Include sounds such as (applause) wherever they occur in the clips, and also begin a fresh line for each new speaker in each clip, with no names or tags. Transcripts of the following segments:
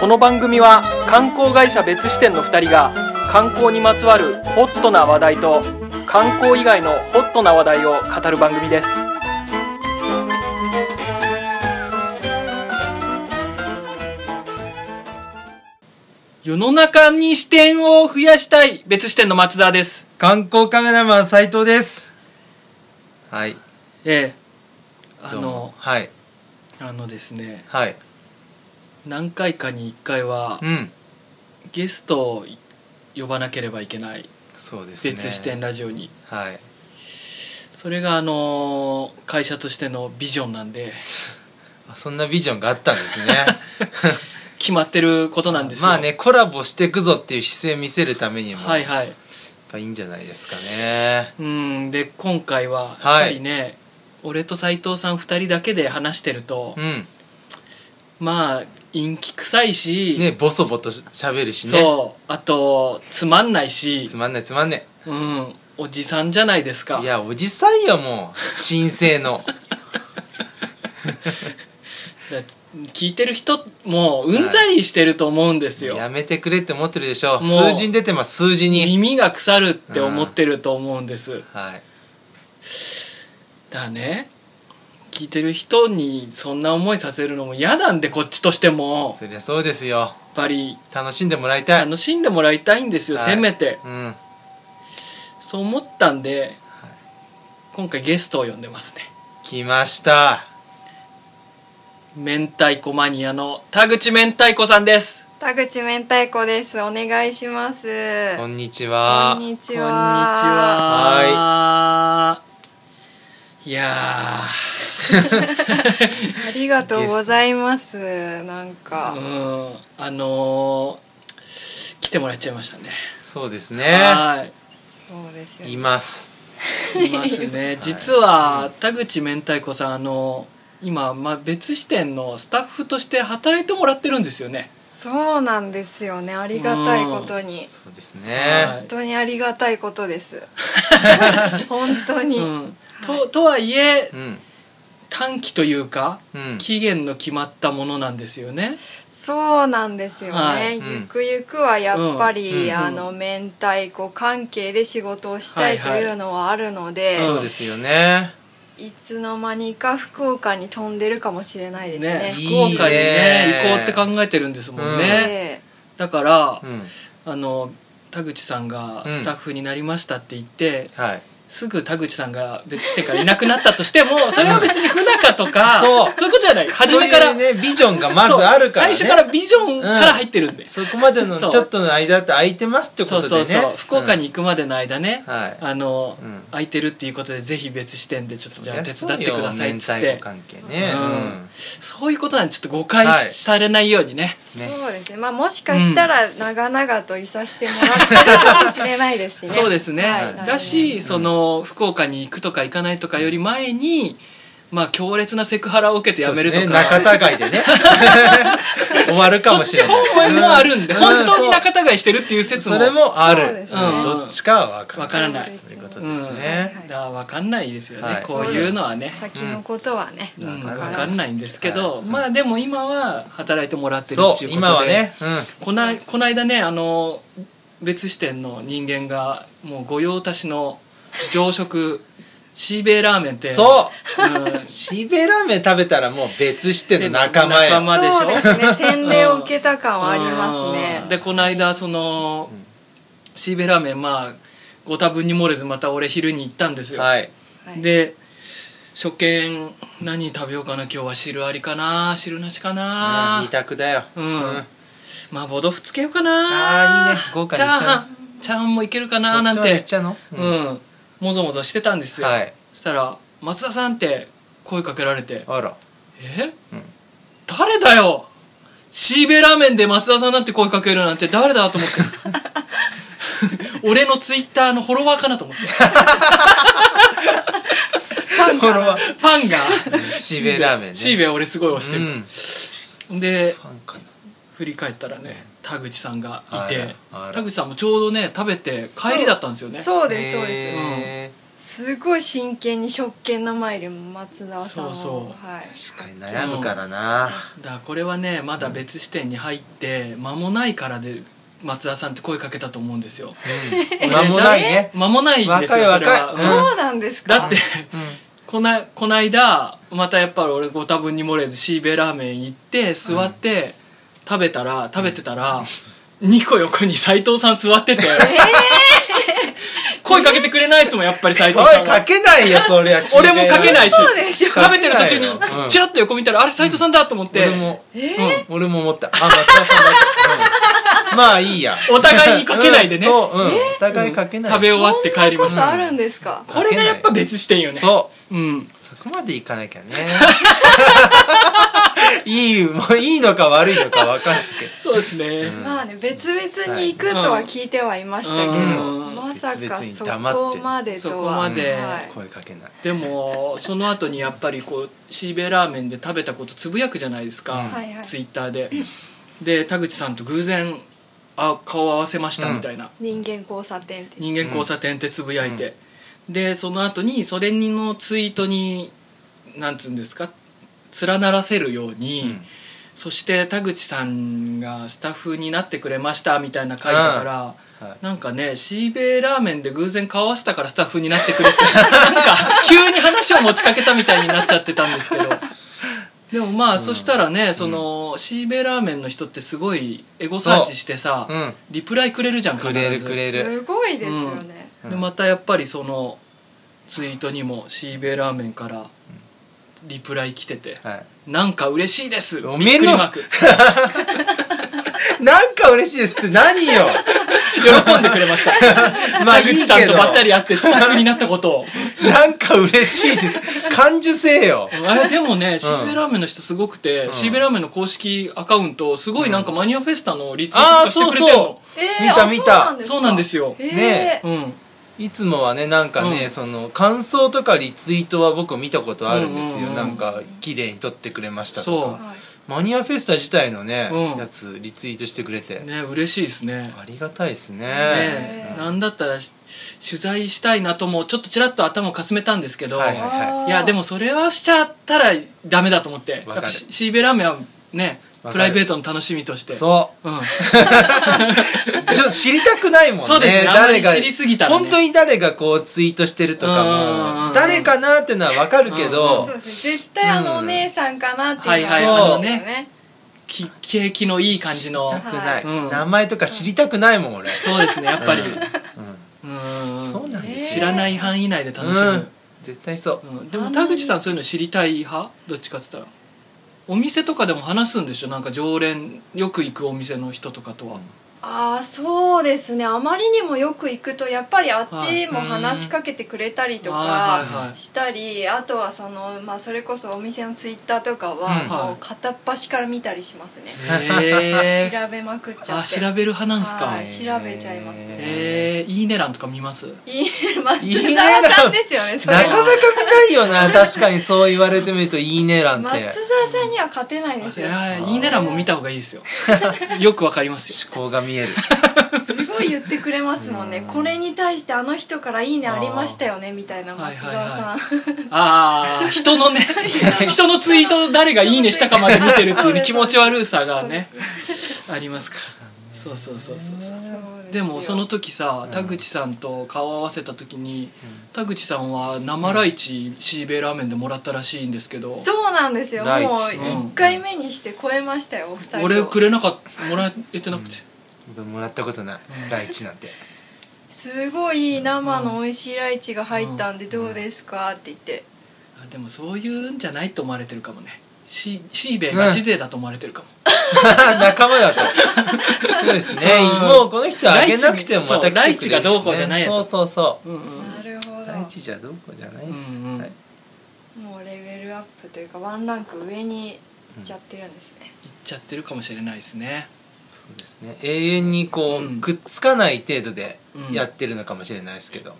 この番組は観光会社別支店の2人が観光にまつわるホットな話題と観光以外のホットな話題を語る番組です世の中に視点を増やしたい別支店の松田です
観光カメラマン斉藤ですはい
ええあ
どうも
の
はい
あのですね
はい
何回かに1回は
うん
ゲストを呼ばなければいけない
そうですね
別視点ラジオに
はい
それがあのー会社としてのビジョンなんで
あそんなビジョンがあったんですね
決まってることなん (laughs) ですよ
まあねコラボしていくぞっていう姿勢見せるためにも
はい
やっ
はい
ぱいいんじゃないですかね
うんで今回はや
は
っ
い
ぱりね、俺と斉藤さん2人だけで話してると、
う
まあ陰気臭いし、
んねボソボソしゃべるしね
そうあとつまんないし
つまんないつまんね
うんおじさんじゃないですか
いやおじさんよもう新生の
(laughs) だ聞いてる人もううんざりしてると思うんですよ、
やめてくれって思ってるでしょ
もう
数字に出てます数字に
耳が腐るって思ってると思うんです、
はい
だからね聞いてる人にそんな思いさせるのも嫌なんでこっちとしてもや
そりゃそうですよ
っぱり
楽しんでもらいたい
楽しんでもらいたいんですよ、
はい
せめて
うん
そう思ったんで、今回ゲストを呼んでますね
来ました
明太子マニアの田口明太子さんです
田口明太子ですお願いします
こんにち
こ
は
んにち
こんにち
は
はいいや
ありがとうございますなん
ーう
か
んあのー来てもらっちゃいましたね、
そうですね
はい
そうですよ
い
ね
ます
いますね実は田口明太子さんあの今、まあ、別支店のスタッフとして働いてもらってるんですよね
そうなんですよねありがたいことに
そうです
は
ね
い
本当にありがたいことです
(laughs)
本当に、
うん、ととはいえ
うん
短期というか
うん
期限の決まったものなんですよね、
そうなんですよね、
はい
うん
ゆくゆくはやっぱり、
うんうん
あの明太子関係で仕事をしたいと
はい
い
はいう
のはあるので、
そうですよね
い、つの間にか福岡に飛んでるかもしれないですね
ね
いい
福岡にね
ね
行こうって考えてるんですもんね、
ええ
だから
う、ん
あの田口さんが
うん
スタッフになりましたって言って、
はい
すぐ田口さんが別支店からいなくなったとしてもそれは別に不仲とか
(laughs) そう
そういうことじゃない初めから
そういうねビジョンがまずあるから
そ
ね
う最初からビジョンから入ってるんで、
そこまでの
そう
ちょっとの間って空いてますってこ
そう
とで
そ
ね
うそう福岡
うん
に行くまでの間ね、
はい
あの、
うん
空いてるっていうことでぜひ別視点でちょっとじゃあ手
そり
伝
ゃ
ってくださいっつっ
そうよ
て
明太子関係ね
う
うんん
そういうことなんでちょっと誤解し
はい
されないようにね
ね
そうですね。まあもしかしたら長々といさしてもらってるかもしれないですしね。
(laughs) そうですね、
はい
だし、その福岡に行くとか行かないとかより前にまあ強烈なセクハラを受けて辞めると
そうですね
か、
仲違い
(laughs)
でね終わるか
そ
も
っ
し
ち
れない
方面もあるんで、
うん
本当に仲違いしてるっていう説も
それもあ
そう
る
です
ね
うんどっちかは分から
わからない
そういうことですね
だから分かんないですよね、
はい
こういうのはね
先のことはね。
うん、
わ
分
からない
かんないんですけど、
はい
まあでも今は働いてもらってる
そう
っていうことで
今はね
こないこの間ねあの別支店の人間がもう御用達の常食しべラーメンっ
う
て
んそう
うん、
しべラーメン食べたらもう別しての仲間
仲
や
間でしょ
そうですね。洗礼を受けた感はあります
うん
ね。
でこの間そのしべラーメンまあご多分に漏れずまた俺昼に行ったんですよ、
はい
はい
で初見何食べようかな今日は汁ありかな汁なしかな、
うん二択だよ
うん
うん
麻婆豆腐つけようかな
あーいいね豪華
チ
に
ャー
いっちゃう
ハンチャーハンもいけるかななん
そっちまで行ってちゃうの
う
うん
ん、もぞもぞしてたんですよ、
はい
そしたら「松田さん」って声かけられて
あら
「え、
うん
誰だよしーべラーメンで松田さんなんて声かけるなんて誰だ?」と思って
(laughs)
俺のツイッターのフォロワーかなと思って
これは
ファンが
しべラーメンね
しーべ俺すごい推して
う
る、
ん
で
ファンかな
振り返ったらね田口さんがいて
あらあら
田口さんもちょうどね食べて帰りだったんですよね
そうですそうです。
へー
すごい真剣に職権の前で松沢さん
そ
を
うそう
はい、
確かに悩むからな
だからこれはねまだ別視点に入って間もないからで松田さんって声かけたと思うんですよ
うん間もないね
間もないんですよそ
若
れ
い若い
は
ん
そうなんですか
だってこなこないだまたやっぱり俺ご多分に漏れずシーベイラーメン行って座って、食べたら食べてたら、2個横に斎藤さん座ってて、 (laughs) 声かけてくれないっすもんやっぱり斎藤さ
声
ん
か
は
けないよそりゃ
俺もかけないし
そうでしょ
食べてる途中
かけないよう
に
ん
チラッと横見たらあれ斎藤さんだと思って、
俺も
う
俺も思ったあ松田さんだ、うん、まあい
(laughs)
いや
んお互いにかけないでね、
うんそう、うん、お互いかけない、
食べ終わって帰りまし
そんな
た
ことあるんですか
これがやっぱ別視点よね、
そう
ん、
そこまでいかなきゃねいいもういいのか悪いのか分かんないけど
そうですね、
まあね別々に行くとは聞いてはいましたけど、
うん
まさか
別
そ
々に黙って
こまでと
そ
は
こまで、
うんはい
声かけない
でもその後にやっぱりこうシーベイラーメンで食べたことつぶやくじゃないですか、
うん
はいはい
ツイッターでで田口さんと偶然あ顔合わせましたみたいな、
人間交差点って
人間交差点ってつぶやいて、でその後にそれのツイートになんつうんですか連ならせるように、
うん
そして田口さんがスタッフになってくれましたみたいな書いてから、
うんはい
なんかねシーベイラーメンで偶然顔合わせたからスタッフになってくれってなんか急に話を持ちかけたみたいになっちゃってたんですけどでもまあ、そしたらねその、シーベイラーメンの人ってすごいエゴサーチしてさ、
うん
リプライくれるじゃん必
く
ず
れるくれる
すごいですよね、
うん
でまたやっぱりそのツイートにもシーベイラーメンからリプライ来てて
は
「なんか嬉しいです」びっ
お
く
めえの
り
(laughs)
マーク
い、なんか嬉しいですって何
(laughs)
よ
喜んでくれました
まあ
田
いい
口さ
け
んと
ど
ばったり会ってスタッフになったことを
(laughs) なんか嬉しいです感受性
(laughs)
よ
あれでもねシーベイラーメンの人すごくて、シーベイラーメンの公式アカウントすごいなんかマニアフェスタのリツイートとかしてくれてる
あーそ
の
うそ
えー
見た
あ
見た
そうなんです
よ
よ、
えー、
ね
うん
いつもはねなんかね、
うん
その感想とかリツイートは僕見たことあるんです
うんう
よ、
んうん
なんか綺麗に撮ってくれましたと
そ
か
はい
マニアフェスタ自体のね、
うん
やつリツイートしてくれて、
ね嬉しいですね
ありがたいですね
ね
え
なんだったらし取材したいなともちょっとちらっと頭をかすめたんですけど、
はい
い
はいはい
あー
やでもそれはしちゃったらダメだと思って
かる
やっぱしシーベイラーメンはね
わ
プ
かる
ライベートの楽しみとして、
そう
ん、
ちょっと知りたくないもんね。
そうですね
誰が
あんまり知りすぎたらね
本当に誰がこうツイートしてると
うんうんうんう
か
ん
も、誰かなってのはわかるけど
そう、ですね絶対あのお姉さんかなっていうの
はい
は
はい
ありますよ
あのき景気のいい感じ
(laughs)
の
知りたくない、
うん
名前とか知りたくないもん、俺。
そうですねやっぱり、
うん
うん
そうなんです
知
よ。
らない範囲内で楽し
うん
む、。
絶対そう。
うんでも田口さんそういうの知りたい派どっちかっつったらお店とかでも話すんでしょなんか常連よく行くお店の人とかとは、
ああそうですねあまりにもよく行くとやっぱりあっちも話しかけてくれたりと
は
か
いうんあーはいはい
したりあとはその、まあ、それこそお店のツイッターとか
うん
はも
は
う
い
片っ端から見たりしますね、
(laughs)
へえ
調べまくっちゃ
あ
っ
調
て
べる派なんすか
は
へ
い調べちゃいますね
えいいね欄とか見ます
いいね
いい
松
ね
沢さんですよねそれ
な
は
かなか見ないよな、確かにそう言われてみるといいねなんて。
松沢さんには勝てないですよ
あいいね欄も見た方がいいですよ (laughs) よくわかりますよ
思考
(laughs)
が見える。
すごい言ってくれますもんねこれに対してあの人から「いいねありましたよね」みたいな松沢さん、
はいああ人 (laughs) のね人のツイートを誰がいいねしたかまで見てるっていうね気持ち悪さが (laughs) ねありますからそうそうそうそうそう
そうす
で
よ
もその時さ田口さんと顔を合わせた時に、田口さんは生ライチシーベイラーメンでもらったらしいんですけど
そうなんですよもう
第一
1回目にして超えましたよお二人を
俺くれなかったもらえてなくて、
僕もらったことない。ライチなんて。
すごい生の美味しいライチが入ったんでどうですかって言って
あでもそういうんじゃないと思われてるかもねシシーベイガチ勢だと思われてるかも、
(laughs) 仲間
(laughs)
だと。そうですね。
うん
もうこの人はあげなくてもまた来てくれるし、ね。
ライチがどうこうじゃないや
そ
と
うそうそう。
うんうん
なるほ
第
ど
一じゃどうこうじゃないっす、
うんうん
はい
もうレベルアップというかワンランク上に行っちゃってるんですね
いっちゃってるかもしれないですね
そうですね永遠にこう、
うん
くっつかない程度でやってるのかもしれないですけど、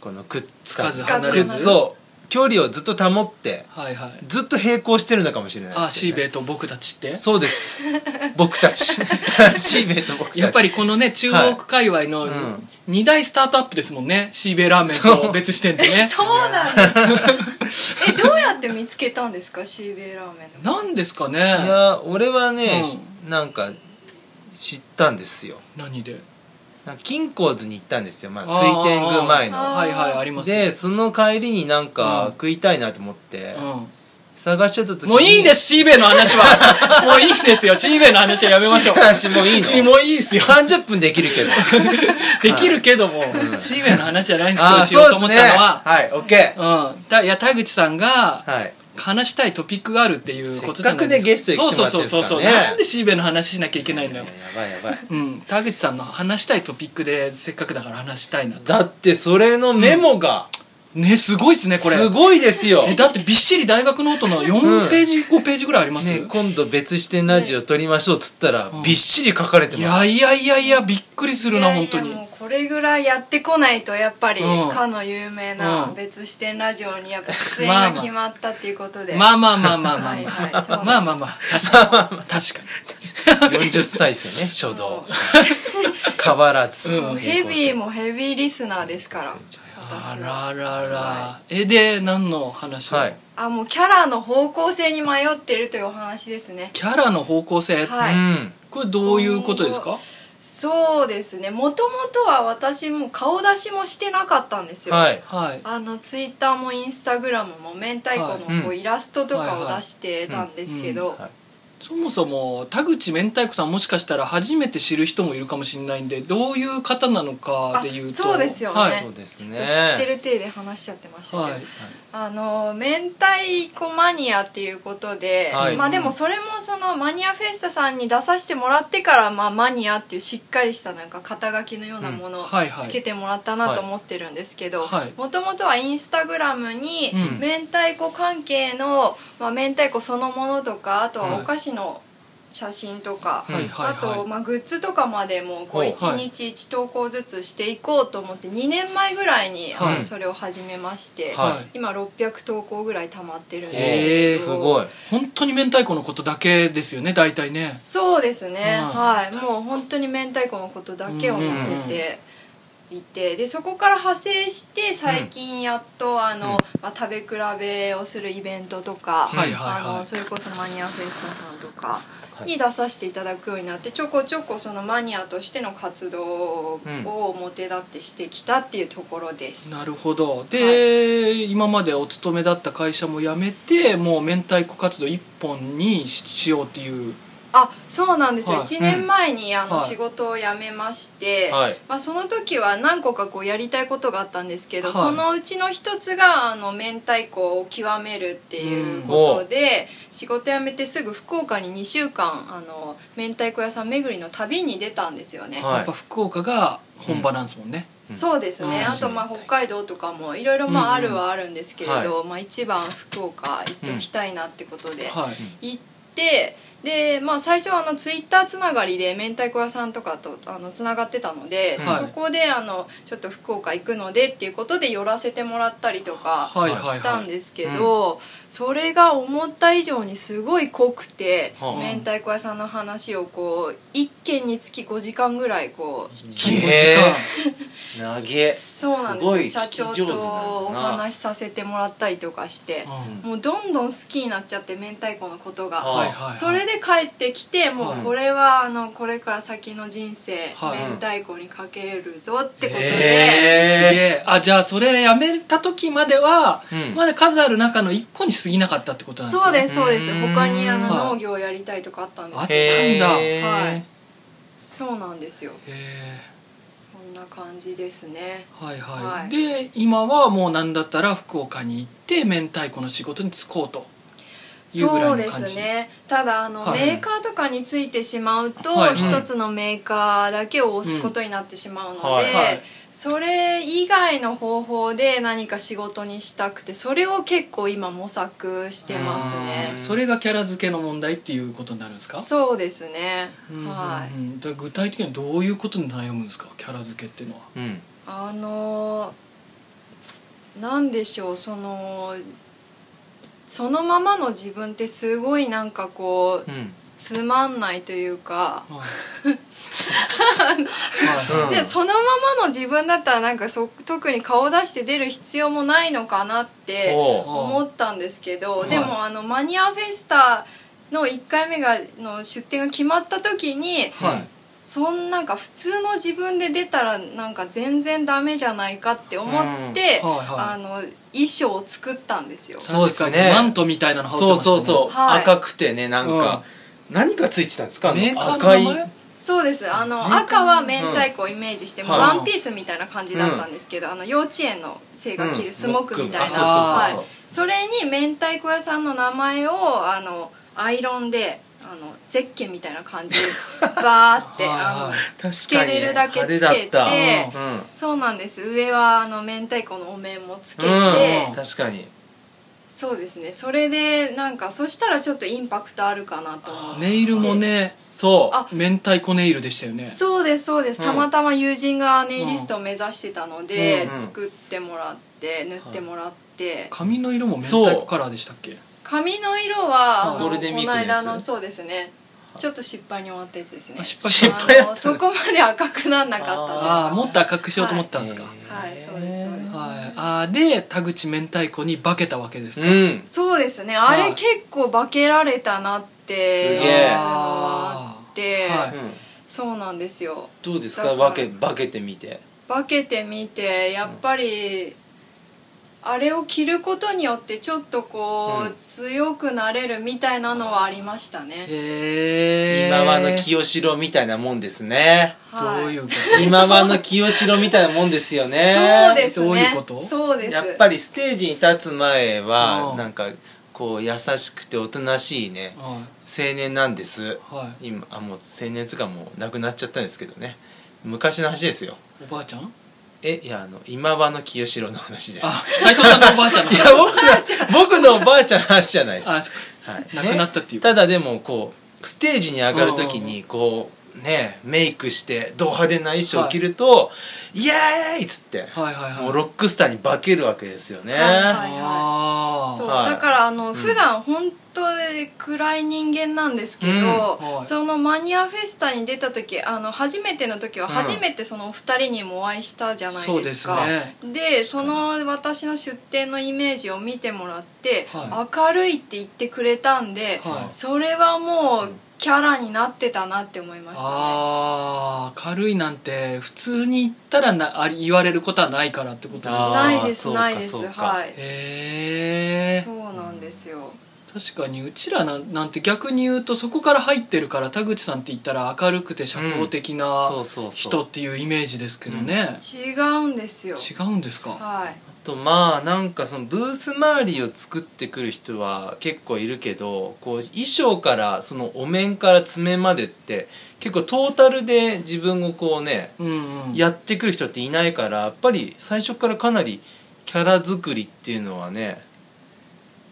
このくっつかず
つ
かず離れず
くっそう距離をずっと保って
はいはい
ずっと並行してるのかもしれない
あ
です
シ
よ
ーベ
ね
イと僕たちって
そうです
(laughs)
僕たちシーベイと僕たち
やっぱりこのね中央区界隈の
うん
2大スタートアップですもんねシーベイラーメンと別視点で
(laughs)
ね
(laughs) そうなんですえどうやって見つけたんですかシーベイラーメンの
何ですか
い
ね
や俺はね、しなんか知ったんですよ
何で
なんか金光図に行ったんですよ、まあ、
あー
水天宮前の
あ
はいはいあります
でその帰りにな
う
ん
ん
か食いたいなと思って、
うん
探してた時に
もういいんですすシーベイの話
(laughs)
はもういいんですよシーベイの話はやめましょう
話 (laughs) もういいの
もういいですよ
30分でき
(laughs)
るけど
できるけども、シーベイの話じゃないんです今
ー
日しようと思っ
っす
たのは
はい OK
うんだいや田口さんが
はい
話したいトピックがあるっていうことじゃない
せっかくねゲストに来てもらってるんですからね
そうそうそうそうなんでシーベイの話しなきゃいけないの
や
よ
ばいやばい
うん田口さんの話したいトピックでせっかくだから話したいな
だってそれのメモが
ねすごいっすねこれ
すごいですよ、
えだってびっしり大学ノートの
う
4
ん
ページ、5ページぐらいあります、
ね、今度別視点ラジオ撮りましょうっつったら、
うん
びっしり書かれて
い
ま
や
す
いやいやいやびっくりする
い
な
やい
本
や
当に
もうこれぐらいやってこないとやっぱり、
うん
かの有名な
うん
別視点ラジオにやっぱ出演
まあ
が
まあ
決まったっていうことで、
まあまあまあまあまあ
はい
ま
はいそう
あ
なんです
まあまあまあ確かに確か
40歳ですよね
(laughs)
初動変わらず、
うん
もうヘビーもヘビーリスナーですから私
に
は
あららら
は
えで何の話を
はい
あもうキャラの方向性に迷ってるというお話ですね
キャラの方向性
はい
うん
これどういうことですか
そうですねもともとは私も顔出しもしてなかったんですよ、
はい
はい
あのツイッターもインスタグラムも明太子の
はい
こ
う
うんイラストとかを出してたんですけど
はい
そもそも田口明太子さんもしかしたら初めて知る人もいるかもしれないんでどういう方なのかでいうと
あそうですよね、
はい
そうですね
ちょっと知ってる体で話しちゃってましたけど、
はい
あの明太子マニアっていうことで、
はい
まあでもそれもそのマニアフェスタさんに出させてもらってから、まあ、マニアっていうしっかりしたなんか肩書きのようなも
う
のを
んはいはい
つけてもらったなと思ってるんですけど
はい
もともとはインスタグラムに
うん
明太子関係の、まあ、明太子そのものとかあとはお菓子の写真とか、
はいはい
あ
はい
と、まあ、グッズとかまでもこう
はい
1日1投稿ずつしていこうと思って2年前ぐらいに、あの
はい
それを始めまして。
はい
今600投稿ぐらい溜まってるんです
へえ
けど
すごい
本当に明太子のことだけですよね大体ね
そうですね、
うん
はいもう本当に明太子のことだけを載せていてでそこから派生して最近やっとあの、まあ、食べ比べをするイベントとか、
はいはいはい
あのそれこそマニアフェスタさんとか
はい
に出させていただくようになってちょこちょこそのマニアとしての活動を
うん
表立ってしてきたっていうところです。
なるほどで、今までお勤めだった会社も辞めてもう明太子活動一本にししようっていう
あそうなんですよ、
はい
1年前にあの
はい
仕事を辞めまして、
はい
まあ、その時は何個かこうやりたいことがあったんですけど、
はい
そのうちの一つがあの明太子を極めるっていうことで、仕事辞めてすぐ福岡に2週間あの明太子屋さん巡りの旅に出たんですよね、
はい
やっぱ福岡が本場なんですもんね、
そうですね、
うん
あとまあ北海道とかもいろいろまああるはあるんですけれど、
うん
まあ、一番福岡行っておきたいなってことで、
はい
行ってで、まあ、最初はあのツイッターつながりで明太子屋さんとかとあのつながってたので、
はい
そこであのちょっと福岡行くのでっていうことで寄らせてもらったりとか
はいはいはい
したんですけどそれが思った以上にすごい濃くて、
は
あ
明太子屋さんの話をこう一軒につき5時間ぐらいこう
その時
へ
間
投げ
そうなんです
ご
よ
い
社
聞き
長
上手な
と
んだ
お
な
話しさせてもらったりとかして。
うん
もうどんどん好きになっちゃって明太子のことが、
あ
はいはいはい
それで帰ってきてもう
はい
これはあのこれから先の人生、
はい
明太子にかけるぞってことで、
すげ
へえ
えあじゃあそれ辞めた時までは、
うん
まだ数ある中の一個に過ぎなかったってことなんですね
そうですそうです
うん
他にあの
はい
農業やりたいとかあったんですけど、
へーあったんだ
はいそうなんですよ
へ
そんな感じですね
えはいはい、
はい
で今はもう何だったら福岡に行って明太子の仕事に就こうというぐらいの
そう
感じ
ですねただあの、
はい
メーカーとかについてしまうと
はい
一、つのメーカーだけを押すことになってしまうので、
うんはい
はい
それ以外の方法で何か仕事にしたくてそれを結構今模索してます
うん
ね
それがキャラ付けの問題っていうことになるんですか
そうですね、はい
うんうんうんで具体的にはどういうことに悩むんですかキャラ付けっていうのは
うん
あのーなんでしょうそのそのままの自分ってすごいなんかこう
うん
つまんないというか、
はい
うん
でそのままの自分だったらなんかそ特に顔出して出る必要もないのかなって
おう
思ったんですけど
い
でもあのマニアフェスタの1回目がの出店が決まった時に、
はい
そんなんか普通の自分で出たらなんか全然ダメじゃないかって思って、
うんはいはい
あの衣装を作ったんですよ。
そうです
確かに
ねマントみたいなの羽織って
そう
ました
そうそう、
はい
赤くてねなんか、何がついてたんですかあの
メーカーの
赤
名
い
前
そうですあの赤は明太子をイメージして、もうワンピースみたいな感じだったんですけど、あの幼稚園の生が着るスモックみたいな、
うん
は
あ
い
そうそうそうそう、
それに明太子屋さんの名前をあのアイロンであのゼッケンみたいな感じでバーって
(laughs) は
あの
い
確
つ
か
け
に
れるだけつけ
派手
て
だった、うん
そうなんです上はあの明太子のお面もつけて、
うん、確かに
そうですねそれでなんかそしたらちょっとインパクトあるかなと思って
ネイルもね
そう
あ
明太子ネイルでしたよね
そうですそうです、
うん
たまたま友人がネイリストを目指してたので、
うんうん
作ってもらって塗ってもらって、
髪の色も明太子カラーでしたっけ
髪の色はあの
ゴールデンウィークのやつ
この間のそうですねちょっと失敗に終わったやつですね
あ失
失敗
あ
や
の
った
そこまで赤くなんなかったという
ああ
か
もっと赤くしようと思ったんですか、
はい
はいそうですそうです
はい、あーで田口明太子に化けたわけですか、
うん
そうですねあ
は
れ
い
結構化けられたなって
すげえ
あのあって、
はい
うん
そうなんですよ
どうです
だ
か
から
化け化けてみて
化けてみてやっぱりあれを着ることによってちょっとこう、
うん
強くなれるみたいなのはありましたね、
へえ
今はの清志郎みたいなもんですね
はい
どういうこ
今はの清志郎みたいなもんですよね
そうですね
どういうこと
そうです
やっぱりステージに立つ前
う
は
ん
なんかこう優しくておとなしいね
と、は
青年なんです
いはい、
今あもう青年つうかもうなくなっちゃったんですけどね昔の話ですよ
おばあちゃん
えいやあの今場の清志郎の話です
あ斎藤さんのおばあちゃんの
(laughs) いや僕
(laughs)
の僕のおばあちゃんの話じゃないです、は
あ
い
そっか亡くなったっていう
ただでもこうステージに上がる時にこうねメイクしてド派手な衣装を着ると、イエーイっつって、
かはいはいはい
もうロックスターに化けるわけですよね、
はいはい
あ
そう
ー
はい
だからあの、
ん
普段本当に暗い人間なんですけど、
うん
はい
そのマニアフェスタに出た時あの初めての時は
うん
初めてそのお二人にもお会いしたじゃない
そう
で
ですす
か、
ね
でその私の出店のイメージを見てもらって、
は
明るいって言ってくれたんで、
はい
それはもうキャラになってたなって思いましたね
あー軽いなんて普通に言ったらなあり言われることはないからってことです
あー
ないです
そうか
ないです
そうか
はい
へえ
そうなんですよ
確かにうちらなんなんて逆に言うとそこから入ってるから田口さんって言ったら明るくて社交的な
そうそうそう
人っていうイメージですけどね、
違うんですよ
違うんですか
はい
とまあなんかそのブース周りを作ってくる人は結構いるけどこう衣装からそのお面から爪までって結構トータルで自分をこうね
うんうん
やってくる人っていないからやっぱり最初からかなりキャラ作りっていうのはね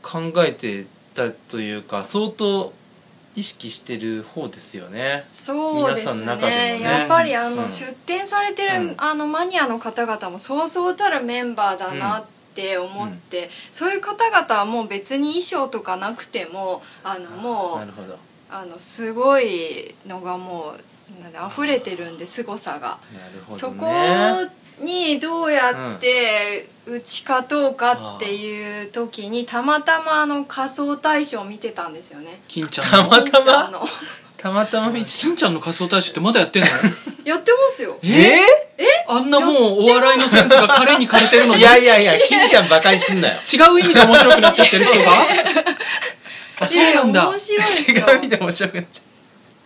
考えてたというか相当意識してる方ですよね。
そうですね
皆さんの中でもね
やっぱりあの、
うん
出展されてる、
うん
あのマニアの方々もそうそうたるメンバーだなって思って、そういう方々はもう別に衣装とかなくてもあのも
な
う
るほど
あのすごいのがもうなんだ溢れてるんで凄さが、
なるほ
そ
ど
こ
ね。
にどうやって打ち勝とうかっていう時にたまたまあの仮装大賞を見てたんですよね。
金ちゃん
た
の
また
金ちゃん
ま
の
たまたま見て
金ちゃんの仮装大賞ってまだや
(laughs)
ってんの
やってますよ。
えあんなもうお笑いのセンスが彼に枯れてるの
い
に違
やいやいや、金ちゃん馬鹿にすんなよ。
う意味で面白くなっちゃってる人があそうなん
いや
だ
面白いですよ
違う見て面白くなっちゃ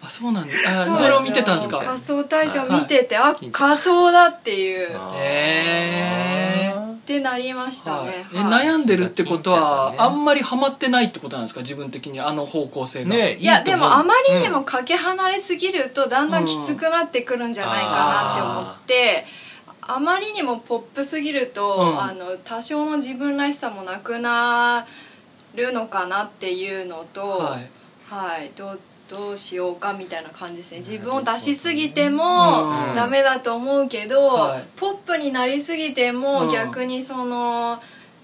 あそうなんだ
う
あ
です
それを見てたんです
あの
か
仮装大賞見てて、あ仮装だっていう
う。
ーへー
ってなりました
はい
ね、
え
はい
悩んでるってことは、
金ちゃんだ
あ
ね
んまりハマってないってことなんですか自分的にあの方向性が、
ね
いやでもあまりに
う
もかけ離れすぎるとだんだんきつくなってくるんじゃないかなって思って、あまりにもポップすぎると、
うん
あの多少の自分らしさもなくなるのかなっていうのと、
はい
はいどどうしようかみたいな感じですね自分を出しすぎても
うん
ダメだと思うけど、
はい
ポップになりすぎて
う
も
ん
逆にその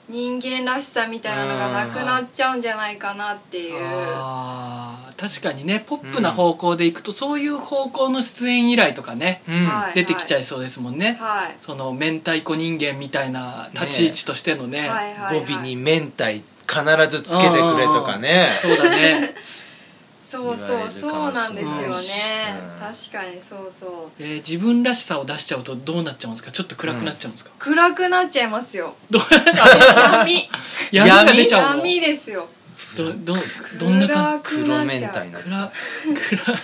人間らしさみたいなのがなくなっちゃうんじゃないかなっていう。
あー確かにねポップな方向でいくと、そういう方向の出演依頼とかね、
うん
はい
出てきちゃいそうですもんね、
はい
その明太子人間みたいな立ち位置としてのね
はいは
語
い
尾に明太必ずつけてくれとかね
そうだ
(laughs)
ね、
そうそうそうなんで
言
すよ
われるかも
しれ
ね
ない、
確かにそうそう
えー自分らしさを出しちゃうとどうなっちゃうんですかちょっと暗くなっちゃうんですか、
暗くなっちゃいま
(laughs)
すよ
どう
闇
闇が出ちゃうの
闇ですよ
どどどんな感
暗
じ
く
黒
な
明
っち
太
ゃう
になっちゃ
暗
う
暗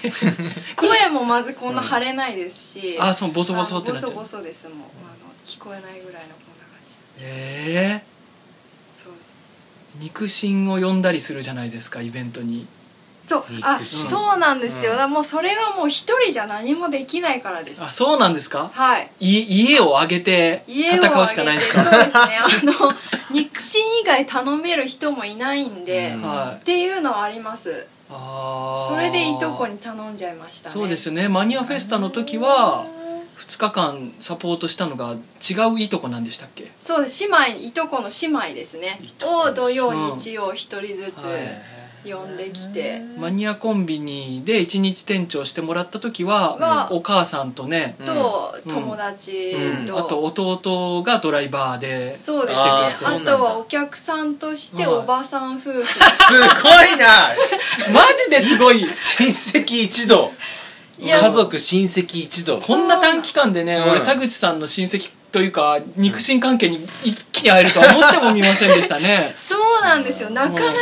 い
声もまずこんな腫れないですし、
あそうボソボソってなっちゃ
あのボ
う
ソボソですもうあの聞こえないぐらいのこんな感じ
え
そうです
ー、肉親を呼んだりするじゃないですかイベントに
そうあ
憎しみ
そうなんですよ、
うん
だからもうそれはもう一人じゃ何もできないからです
あそうなんですか
はい
い家を挙げて
家を
戦
挙
うしかない
げ
ん
て
です
そう
か、
ですねあの肉親以外頼める人もいないんで、
うん
はい
っていうのはあります
あー
それでいとこに頼んじゃいましたね
そうですよねマニアフェスタの時は2日間サポートしたのが違ういとこなんでしたっけ
そうです姉妹いとこの姉妹ですね
いとこ
を
の
土
姉
妹
曜日曜一人ず
はい
つ呼んできて、
マニアコンビニで1日店長してもらった時は
は
お母さんとね、
と
うん
友達
うん
と、
あと弟がドライバーで
そうですね
あ
あ
ーそうなんだ
とはお客さんとして
はい
おばさん夫婦、
すごいな
マジですご
(laughs)
い
親戚一同
いや
家族親戚一同
こんな短期間でね、
うん
俺田口さんの親戚というか肉親関係に一気に会えるとは思ってもみませんでしたね
(laughs) そうなんですよなかなかな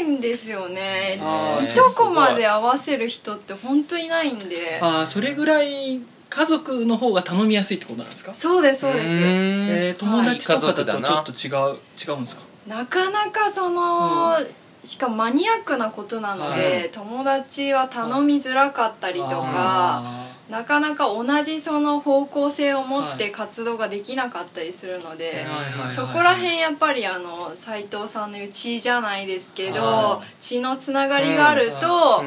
いんですよねい
あー
とこまで合わせる人って本当いないんで
あーそれぐらい家族の方が頼みやすいってことなんですか、
そうですそうです
えー、友達とかだとち
はい
ょっと違う違うんですか
なかなかその、しかもマニアックなことなので、
は
友達は頼みづらかったりとか、
あ
なかなか同じその方向性を持って活動ができなかったりするの
ー
で、
はいはいはい
そこら辺やっぱりあの斉藤さんの言う血じゃないですけど
は
血のつながりがあると、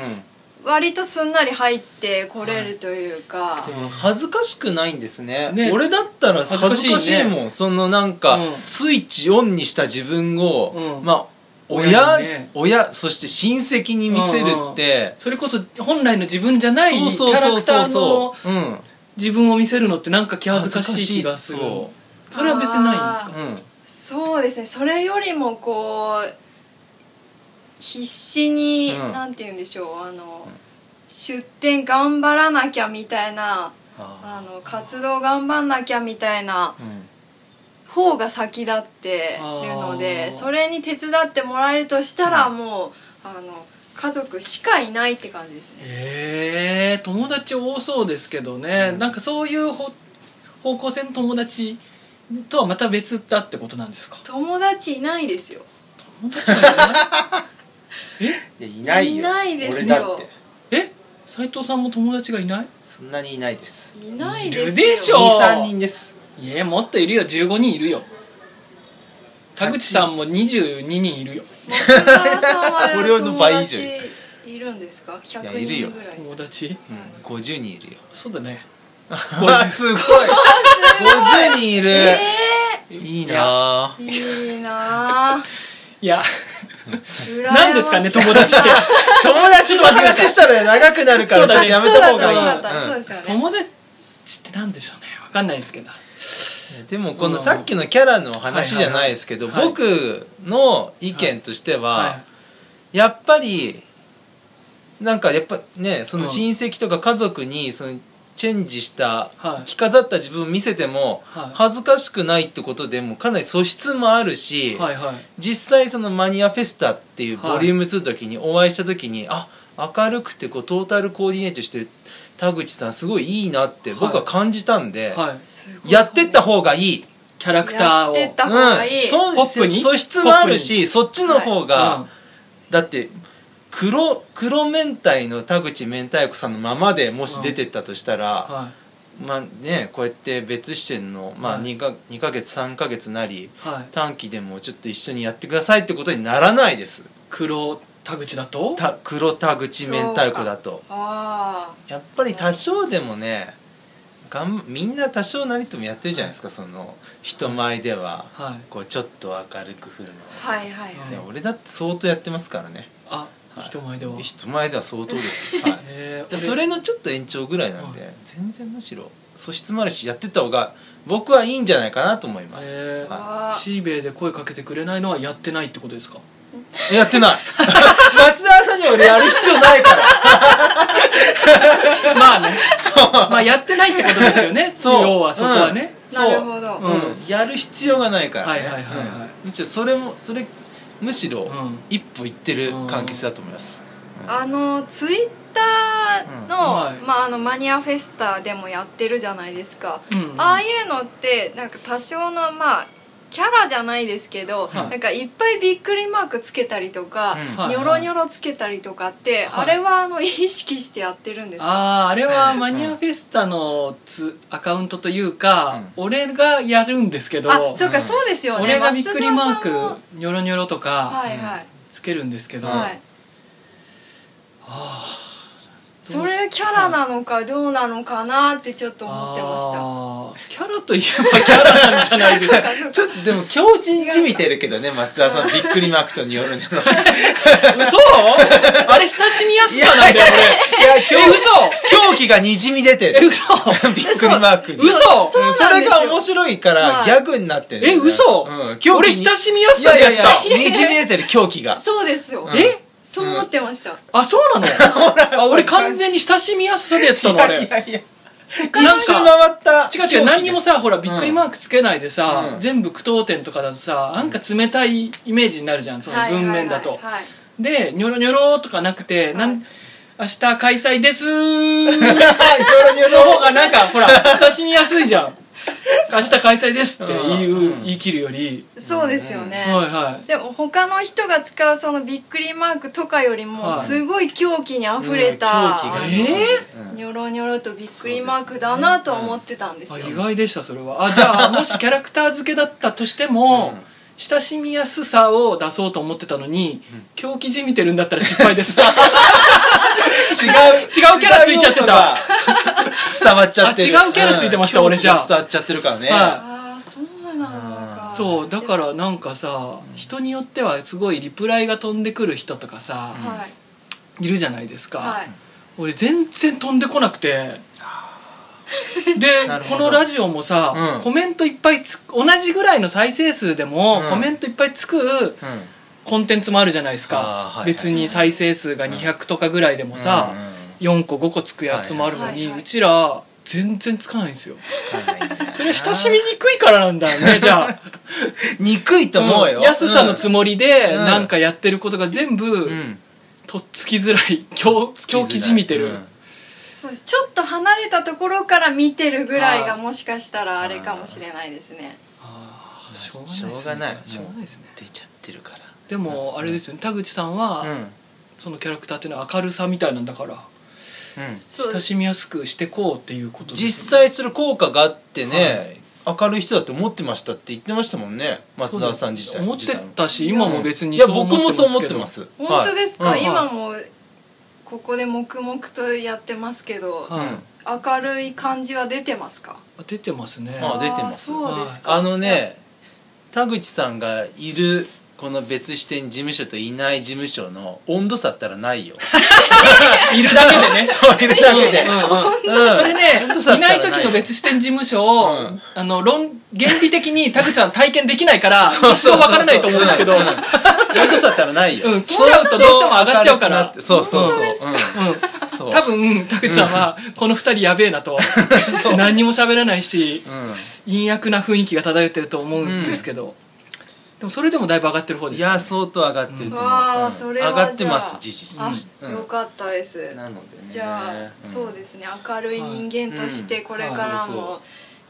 割とすんなり入ってこれるというか、
うん恥ずかしくないんですね
ね
俺だったら恥ずかしい,、
恥ずかしいね
もんそのなんか、
うん
スイッチオンにした自分を、
うん
まあ
親
親親,、
にね
そして親戚に見せるって、
それこそ本来の自分じゃないキ
そう
ャ
そう
ラ
そう
ク
そ
ター
う
の
そう、うん、
自分を見せるのってなんか気恥ずかしい気がする
恥ず
そ
かし
れは別にないんです
い
か
そううん
そうですねそれよりもこう必死に、
うん
なんて言うんでしょうあの、出店頑張らなきゃみたいな
あ
あの活動頑張んなきゃみたいな
ーうん
方が先立ってるの
あー
でそれに手伝ってもらえるとしたらもう、あの家族しかいないって感じですね。
えー、友達多そうですけどね、
うん
なんかそういうほ方向性の友達とはまた別だってことなんですか
友達いないですよ。
友達なんじゃない
いやいないよ
いないですよ
俺だって
(laughs) え斉藤さんも友達がいない
そんなにいないです
いない
い
ですよ。
るでしょ
23人です
いやもっといるよ15人いるよ田口さんも22人いるよ
松田さんは
俺の倍以上
友達いるんですか
や
100
いるよ
人ぐらいです
友
か
達
うん、50人いるよ
そうだね
(laughs) すごい50人いる、いいなあ
いいなあ
いや
(laughs)
羨ましい
何ですかね友
(laughs)
達って
友達の話したら長くなるからちょっとやめた方がいい
そうだったそうだった
うん
そうですよね
(laughs) 友達って何でしょうね分かんないですけど
でもこのさっきのキャラの話じゃないですけど、
はいはいはい
僕の意見としては、
は
やっぱりなんかやっぱねその
うん
親戚とか家族にそのチェンジした、
はい
着飾った自分を見せても
はい
恥ずかしくないってことでもかなり素質もあるし、
いはいはい
実際そのマニアフェスタっていう
はい
ボリューム2の時にお会いした時に、あ明るくてこうトータルコーディネートしてる田口さんすごいいいなって僕は感じたんで、
はい
すごい
やってった方がいい。
キャラクターを
やってった方がいい、
うん、そう
ポップに
素質もあるしそっちの方が、
はいうん
だって黒黒明太の田口明太子さんのままでもし出てったとしたら、
は
まあねこうやって別視点の、ま
は
あ、
い
2, か2ヶ月3ヶ月なり
いはい
短期でもちょっと一緒にやってくださいってことにならないです
黒田口だと
た黒田口明太子だと
あ
やっぱり多少でもねがんみんな多少なりともやってるじゃないですかその人前では、
はい
こうちょっと明るく振るの、
あはいはい
うん
いや俺だって相当やってますからね
あ、
はい
人前では
人前では相当です、はい
へ
で
え
それのちょっと延長ぐらいなんで、全然むしろ素質もあるしやってった方が僕はいいんじゃないかなと思います、
えー
は
あー
シーベイで声かけてくれないのはやってないってことですか
い、やってない (laughs) 松沢さんには俺やる必要ないから
まあねまあやってないってことですよね
(laughs) そう
要はそこはね、
そう
なるほど
うん、やる必要がないからね、
はいはいはいはい
うんむしろそれもそれむしろ
うん
一歩いってる関係性だと思います、
あのツイッターの,、
うんはい
まあ、あのマニアフェスタでもやってるじゃないですか、
うん
ああいうのってなんか多少のまあキャラじゃないですけど、
はい
なんかいっぱいびっくりマークつけたりとか、
うん
はい
ニョロニョロつけたりとかって、
はい
あれはあの意識してやってるんですか
あああれはマニアフェスタのつアカウントというか、俺がやるんですけど
あそうか、そうですよね
俺がびっくりマーク
松田さんも
ニョロニョロとか
はいはい、
つけるんですけど、
はいそれキャラなのかどうなのかなってちょっと思ってました
あーキャラといえばキャラなんじゃない
(laughs)
ですか
そうか
ちょっとでも強靭じみてるけどね松田さんびっくりマークとに
(laughs)
よるね
嘘あれ親しみやすさなんだよ
いや
俺え
狂
嘘
狂気がにじみ出て
え
る
(laughs)
嘘
(laughs) びっくりマークに
嘘
そうなんです
そ
よ
れが面白いから
はい
ギャグになってるんだ
え
よね
嘘、
うん、狂気
俺
に
親しみやす
い
さ
やい
でや
や
っ
い
た
やにじみ出てる狂
(laughs)
気が
そうですよ、
え
そう思ってました、
あそうな
(laughs)
のあ俺完全に親しみやすさでやってた
い
のあ
や
れ
いやいや一周回った
違う違う何にもさほらびっくりマークつけないでさ、
うん
全部句読点とかだとさなんか冷たいイメージになるじゃんその
はいはい
文面だと、
はいはい
でニョロニョロとかなくて、なん明日開催ですー
いろい
の
ろ
方がなんかほら親しみやすいじ
(laughs)
ゃん明日開催ですって言う、
うん
言い切るより、
そうですよね、
はいはい
でも他の人が使うそのびっくりマークとかよりも
はい
すごい狂気にあふれた、
うん狂気が
えー
ニョロニョロとびっくりマークだなとは思ってたんです
あ
よ、
意外でしたそれはあじ
(laughs)
ゃあもしキャラクター付けだったとしても、
うん
親しみやすさを出そうと思ってたのに、狂気じみてるんだったら失敗
(laughs)
です違
違う
うキャラついちゃってた
違う要素が伝わっちゃってる
あ違うキャラついてました
うん
俺じゃあ
狂気が伝わっちゃってるからね、
は
ああそうなのか
そうだかららなんかさ人によってはすごいリプライが飛んでくる人とかさ、
はい、
いるじゃないですか、
はい、
俺全然飛んでこなくて
(laughs)
で
なるほ
こ
ど
のラジオもさ、
うん
コメントいっぱいつく同じぐらいの再生数でも、
うん
コメントいっぱいつく
うん
コンテンツもあるじゃないですか、
あーはいはい
別に再生数が200とかぐらいでもさ、4個5個つくやつもあるの
はい
に、
はいう
ちら全然つかないんですよそ
そ
れ親しみにくいからなんだ
(laughs)
よねじゃあ
みにくいと思うよ、
ん安さのつ
も
もりで、
うん
なんかやってることが全部、
り
とっつきづらい狂狂気じみてる、
そうですちょっと離れたところから見てるぐらいがもしかしたらあれかもしれないですね
あー
しょ
しょう
う
が
が
な
ないい
ですねじゃあしょうがないですね
出ちゃってるか
でもあれですよね田口さん
ら
は、
うんうん
そのキャラクターっていうのは明るさみたいなんだから
そう
親しみやすくしてこうっていうことですよね
実際それ効果があってね、明るい人だと思ってましたって言ってましたもんね松田さん自体
思って
自
たし今も別
体
に
いや僕もそう思っ
け
て
ど
ます
本当ですか、
はいうん
今もここで黙々とやってますけど、
はい
明るい感じは出てますか
あ出てますね
あ出てます
あーそうですか、
あのね田口さんがいるこの別支店事務所といない事務所の温度差ったらないよ
(laughs) いるだけでね
(laughs) そういるだけで、
うん
うん
それね
温度差あ
い
った
な
ら
い時の別支店事務所を、
うん
あの論原理的に田口さん体験できない
(laughs)
から一生わからないと思うんですけど
そうそうそううん温度差ったらないよ、
うん来ちゃうとどうしても上がっちゃうから
明るくなってそうそうそう、
う
うんそ
ん
う
多分田口さんはこの二人やべえなと何にも喋らないし陰悪な雰囲気が漂ってると思うんですけど、でもそれでもだいぶ上がってる方
うん
で
い
すね
や相当上がってると思う、
わあ、
うん
それは
上
じゃあ
がってます事実
あ、
うん
よかったです
なのでね
じゃあ、そうですね明るい人間として
はい
これから
うん
も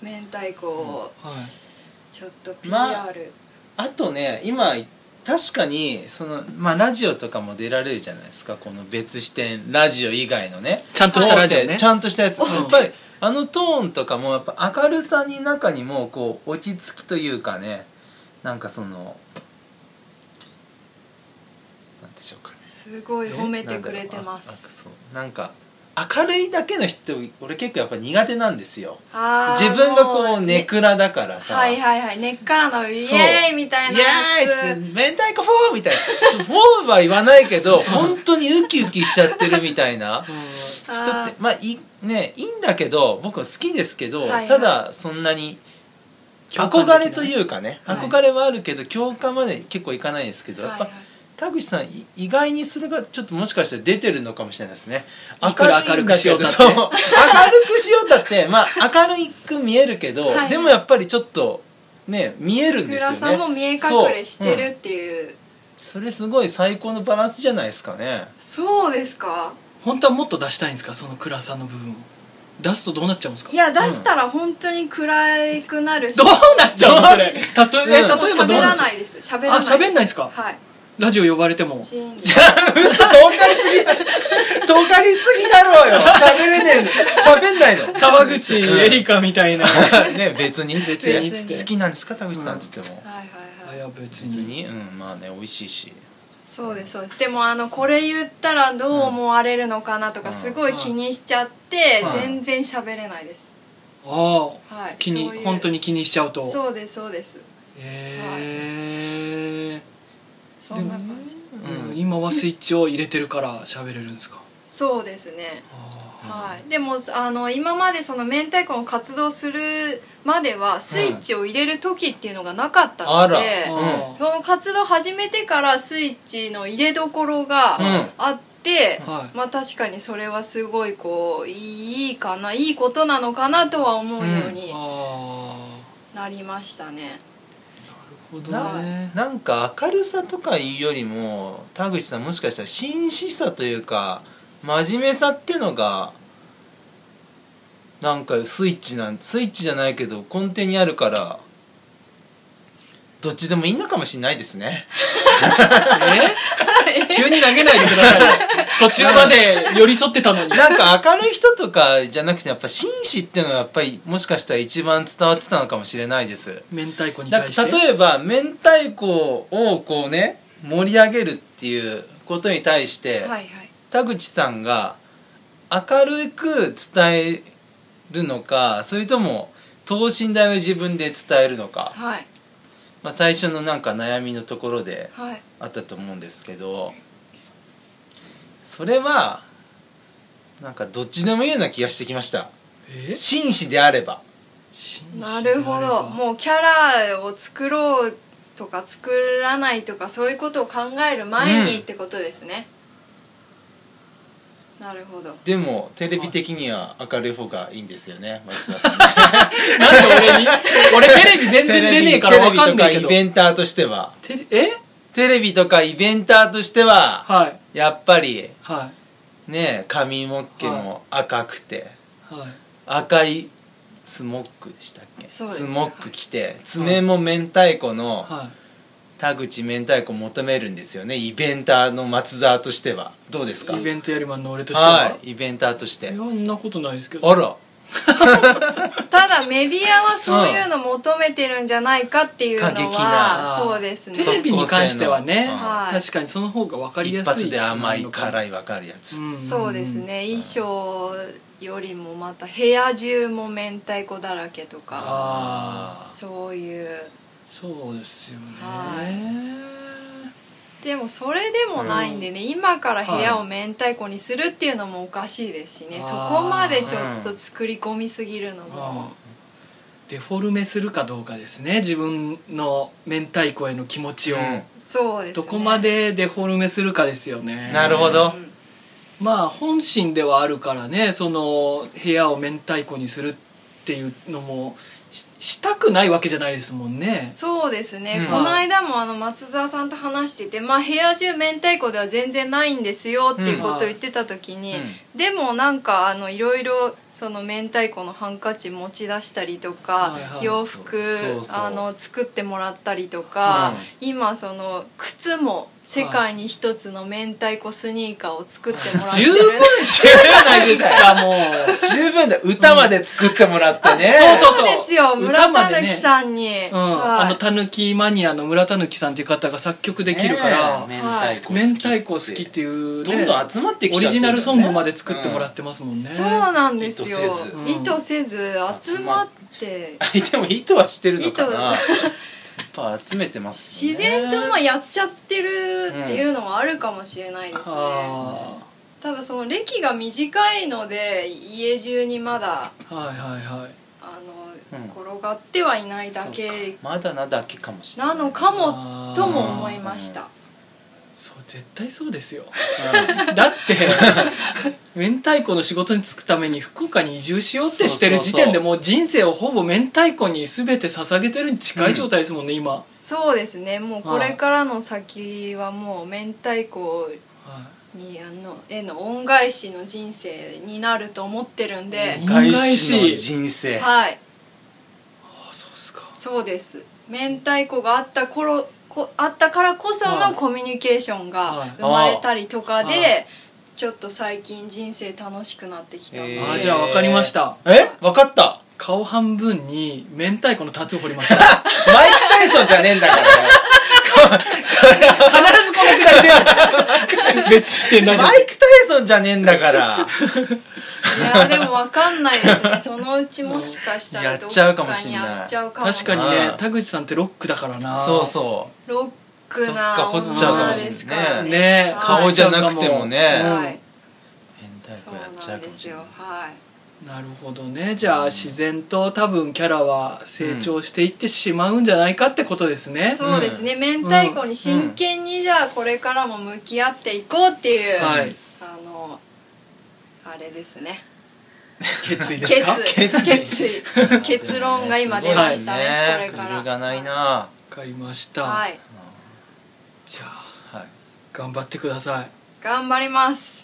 明太子を
はい
ちょっと PR、
まああとね今確かにその、まあ、ラジオとかも出られるじゃないですかこの別視点ラジオ以外のね
ちゃんとしたラジオね
大手ちゃんとしたやつや
ん
っぱりあのトーンとかもやっぱ明るさに中にもこう落ち着きというかねなんかそのなんていうんででしょうかね
すごい褒めてくれてま
なんだろうああ
す
そうなんか明るいだけの人俺結構やっぱ苦手なんですよ
あー
自分がこ
も
うネ
ね
クラだからさ、
はいはいはい根っからのイエ
そう
ーイみたいな
イエ
や
ーイっつ
つ
って明太子フォーみたいなフォーは言わないけ
(laughs)
ど本当にウキウキしちゃってるみたいな人って
あー
まあい,、ね、いいんだけど僕も好きですけど、
はいはい
ただそんなに憧れというかね、
はい
憧れはあるけど共感まで結構いかないんですけど、
はい
やっ
は
ぱ
い
田口さんい意外にそれがちょっともしかしたら出てるのかもしれないですね
いくら明るくしようだって
明るいんだけどそう明るくしようだってまあ明るく見えるけど、
はい
でもやっぱりちょっとね見えるん
福
ですよ
ラ
ね
さんも見え隠れしてるっていう
それすごい最高のバランスじゃないですかね (laughs)
そうですか
本当はもっと出したいんですかその暗さの部分を出すとどうなっちゃうんですか
いや出したら本当に暗くなるし
どうなっちゃうのそれ
ど
たとえ例えば
もう
どう
喋
なっちゃ
らな
う
いです喋らないです
あ喋んないんですか
はい
ラジオ呼ばれても
チーンで
嘘とんがりすぎだとんがりすぎだろうよ喋れねえの喋んないの
沢口エリカみたいなあ
(laughs) ね別に
別にっつって
好きなんですか田口さんっつっても、
はいはい
い
はい
や別
別
に
にうんまあね美味しいし
そうですそうですでもあのこれ言ったらどう思われるのかなと
う
か
ん
すごい気にしちゃって
うん
全然喋れないです
ああ
はい
気に
そういう
本当に気にしちゃうと
そうですそうです
へえ
そんな感じ
でも今はスイッチを入れてるから喋れるんですか
そうですね
あ
はい、でもあの今までその明太子の活動するまではスイッチを入れる時っていうのがなかった
あ
ので
ら、、
あ
その活動始めてからスイッチの入れどころ
うん
があって、
うんはい
まあ確かにそれはすごいこういいかないいことなのかなとは思うように
あ
なりましたね、
ーなるほ
な
どね
なんか明るさとかいうよりも田口さんもしかしたら紳士さというか真面目さってのがなんかスイッチなんスイッチじゃないけど根底にあるからどっちでもいいのかもしれないです
(laughs)
ね。
え急に投げないでください途中まで寄り添ってたのに
なんか明るい人とかじゃなくてやっぱ紳士ってのがやっぱりもしかしたら一番伝わってたのかもしれないです。
明太子に
だ
対して
例えば明太子をこうね盛り上げるっていうことに対して、
はいはい
田口さんが明るく伝えるのかそれとも等身大の自分で伝えるのか、
はい
まあ、最初のなんか悩みのところで
はい
あったと思うんですけどそれはなんかどっちでもいいような気がしてきました
え
紳士であれば
なるほどもうキャラを作ろうとか作らないとかそういうことを考える前に
うん
ってことですね、なるほど
でもテレビ的には明るい方がいいんですよね松田
(laughs)
さんね
なんで俺に俺テレビ全然出ねえからわかんない
テ
け
レビと
ど
かイベンターとしては
テレえ
テレビとかイベンターとしては
はい
やっぱり
は
ねえ髪もっけも赤くて、
いはい
赤いスモックでしたっけ、
そうです
ス
ね
モック着て爪も明太子の
はい
田口明太子求めるんですよねイベンターの松沢としてはどうですか
イベントやりマンの俺としては、
はいイベンターとし
い
て
やそんなことないですけど
あら
ただメディアはそういうの求めてるんじゃないかっていうの
過激
は
な
そうですね
テレビに関してはね、
うん
はい
確かにその方が分かり
一
やすい
発で甘い
い
辛い分かるやつ、
そうですね衣装よりもまた部屋中も明太子だらけとか
ああ
そういう
そうですよね、
はでもそれでもないんでね、今から部屋を明太子にするっていうのもおかしいですしね、
はい
そこまでちょっと作り込みすぎるのも、
デフォルメするかどうかですね自分の明太子への気持ちを、
うん
そうですね
どこまでデフォルメするかですよね
なるほど
うん
まあ本心ではあるからねその部屋を明太子にするっていうのもししたくないわけじゃないですもんね
そうですね、
うん
この間もあの松沢さんと話してて、まあ、部屋中明太子では全然ないんですよっていうことを言ってた時に、
う
でもなんかあのいろいろその明太子のハンカチ持ち出したりとか
はいはい
洋服
そうそう
あの作ってもらったりとか、今その靴も世界に一つの明太子スニーカーを作ってもらって
(laughs) 十
る
分してるじゃないですかもう
十分だ歌まで作ってもらってね、
うんそう
そうですよ村
歌まで
た
ね
ぬきさんに、
うん、
はい
あのたぬきマニアの村たぬきさんっていう方が作曲できるから、
ねえ
明太子好きっていう、
どんどん集まってきちゃ
オ
って
リジナルソングまで作ってもらっ
って
ますもんね、
そうなんですよ
意図せず
うん
意図せず集まって
て、うん、でも意図はしてるのかなやっぱ集めてますよ
自
ね
然とまあやっちゃってるっていうのはあるかもしれないですね、
あ
ただその歴が短いので家中にまだ
あはいはいはい
あ
う
の、
ん
転がってはいないだ
そう
け
かまだなだけかもしれな
ないのかもとも思いました
そう絶対そうですよ (laughs) だって明太子の仕事に就くために福岡に移住しようってしてる時点で
そうそうそう
もう人生をほぼ明太子に全て捧げてるに近い状態ですもんね、今、は
そうですねもうこれからの先はもう明太子にあのへの恩返しの人生になると思ってるんで、
うん
外資の人生
はい
ああそうっすか
そうです明太子があった頃こあったからこそ
は
の
い
コミュニケーション
は
が
い
生まれたりとか
は
でちょっと最近人生楽しくなってきたので、
え
あーじゃあ分かりました
えわかった
顔半分に明太子のタトゥー彫りました
マイク・タイソンじゃねえんだからねそれは
必ずこのくらいしてる (laughs) 別視点大丈
マイク・タイソンじゃねえんだから
いやでも分かんないです
(laughs)
ねそのうちもしかしたら
やっ
どっ
ちゃうか
か
もしん
に
ない
やっちゃうかも
夫
し
確
れ
か
ない
にね
あー
田口さんってロックだからな
そうそう
ロックな
どっか掘っちゃうかも
女
しんない
ですからね
ねね
はい
顔じゃなくてもね
うん
はい、
明太
そ
子
う
やっち
な
ゃうんか
で
もし
す
れ
よ
ない
はい
なるほどねじゃあ自然と多分キャラは成長していってしまうんじゃないかってことですね、
そうですね、明太子に真剣にじゃあこれからも向き合っていこうっていう、
はい
あのあれですね
決意です
決
かわ
意
決意
決
(laughs)
意結論が今出ましたね
はい
これから
揺るがないな
かりました、
はい
じゃあ
はい
頑張ってください
頑張ります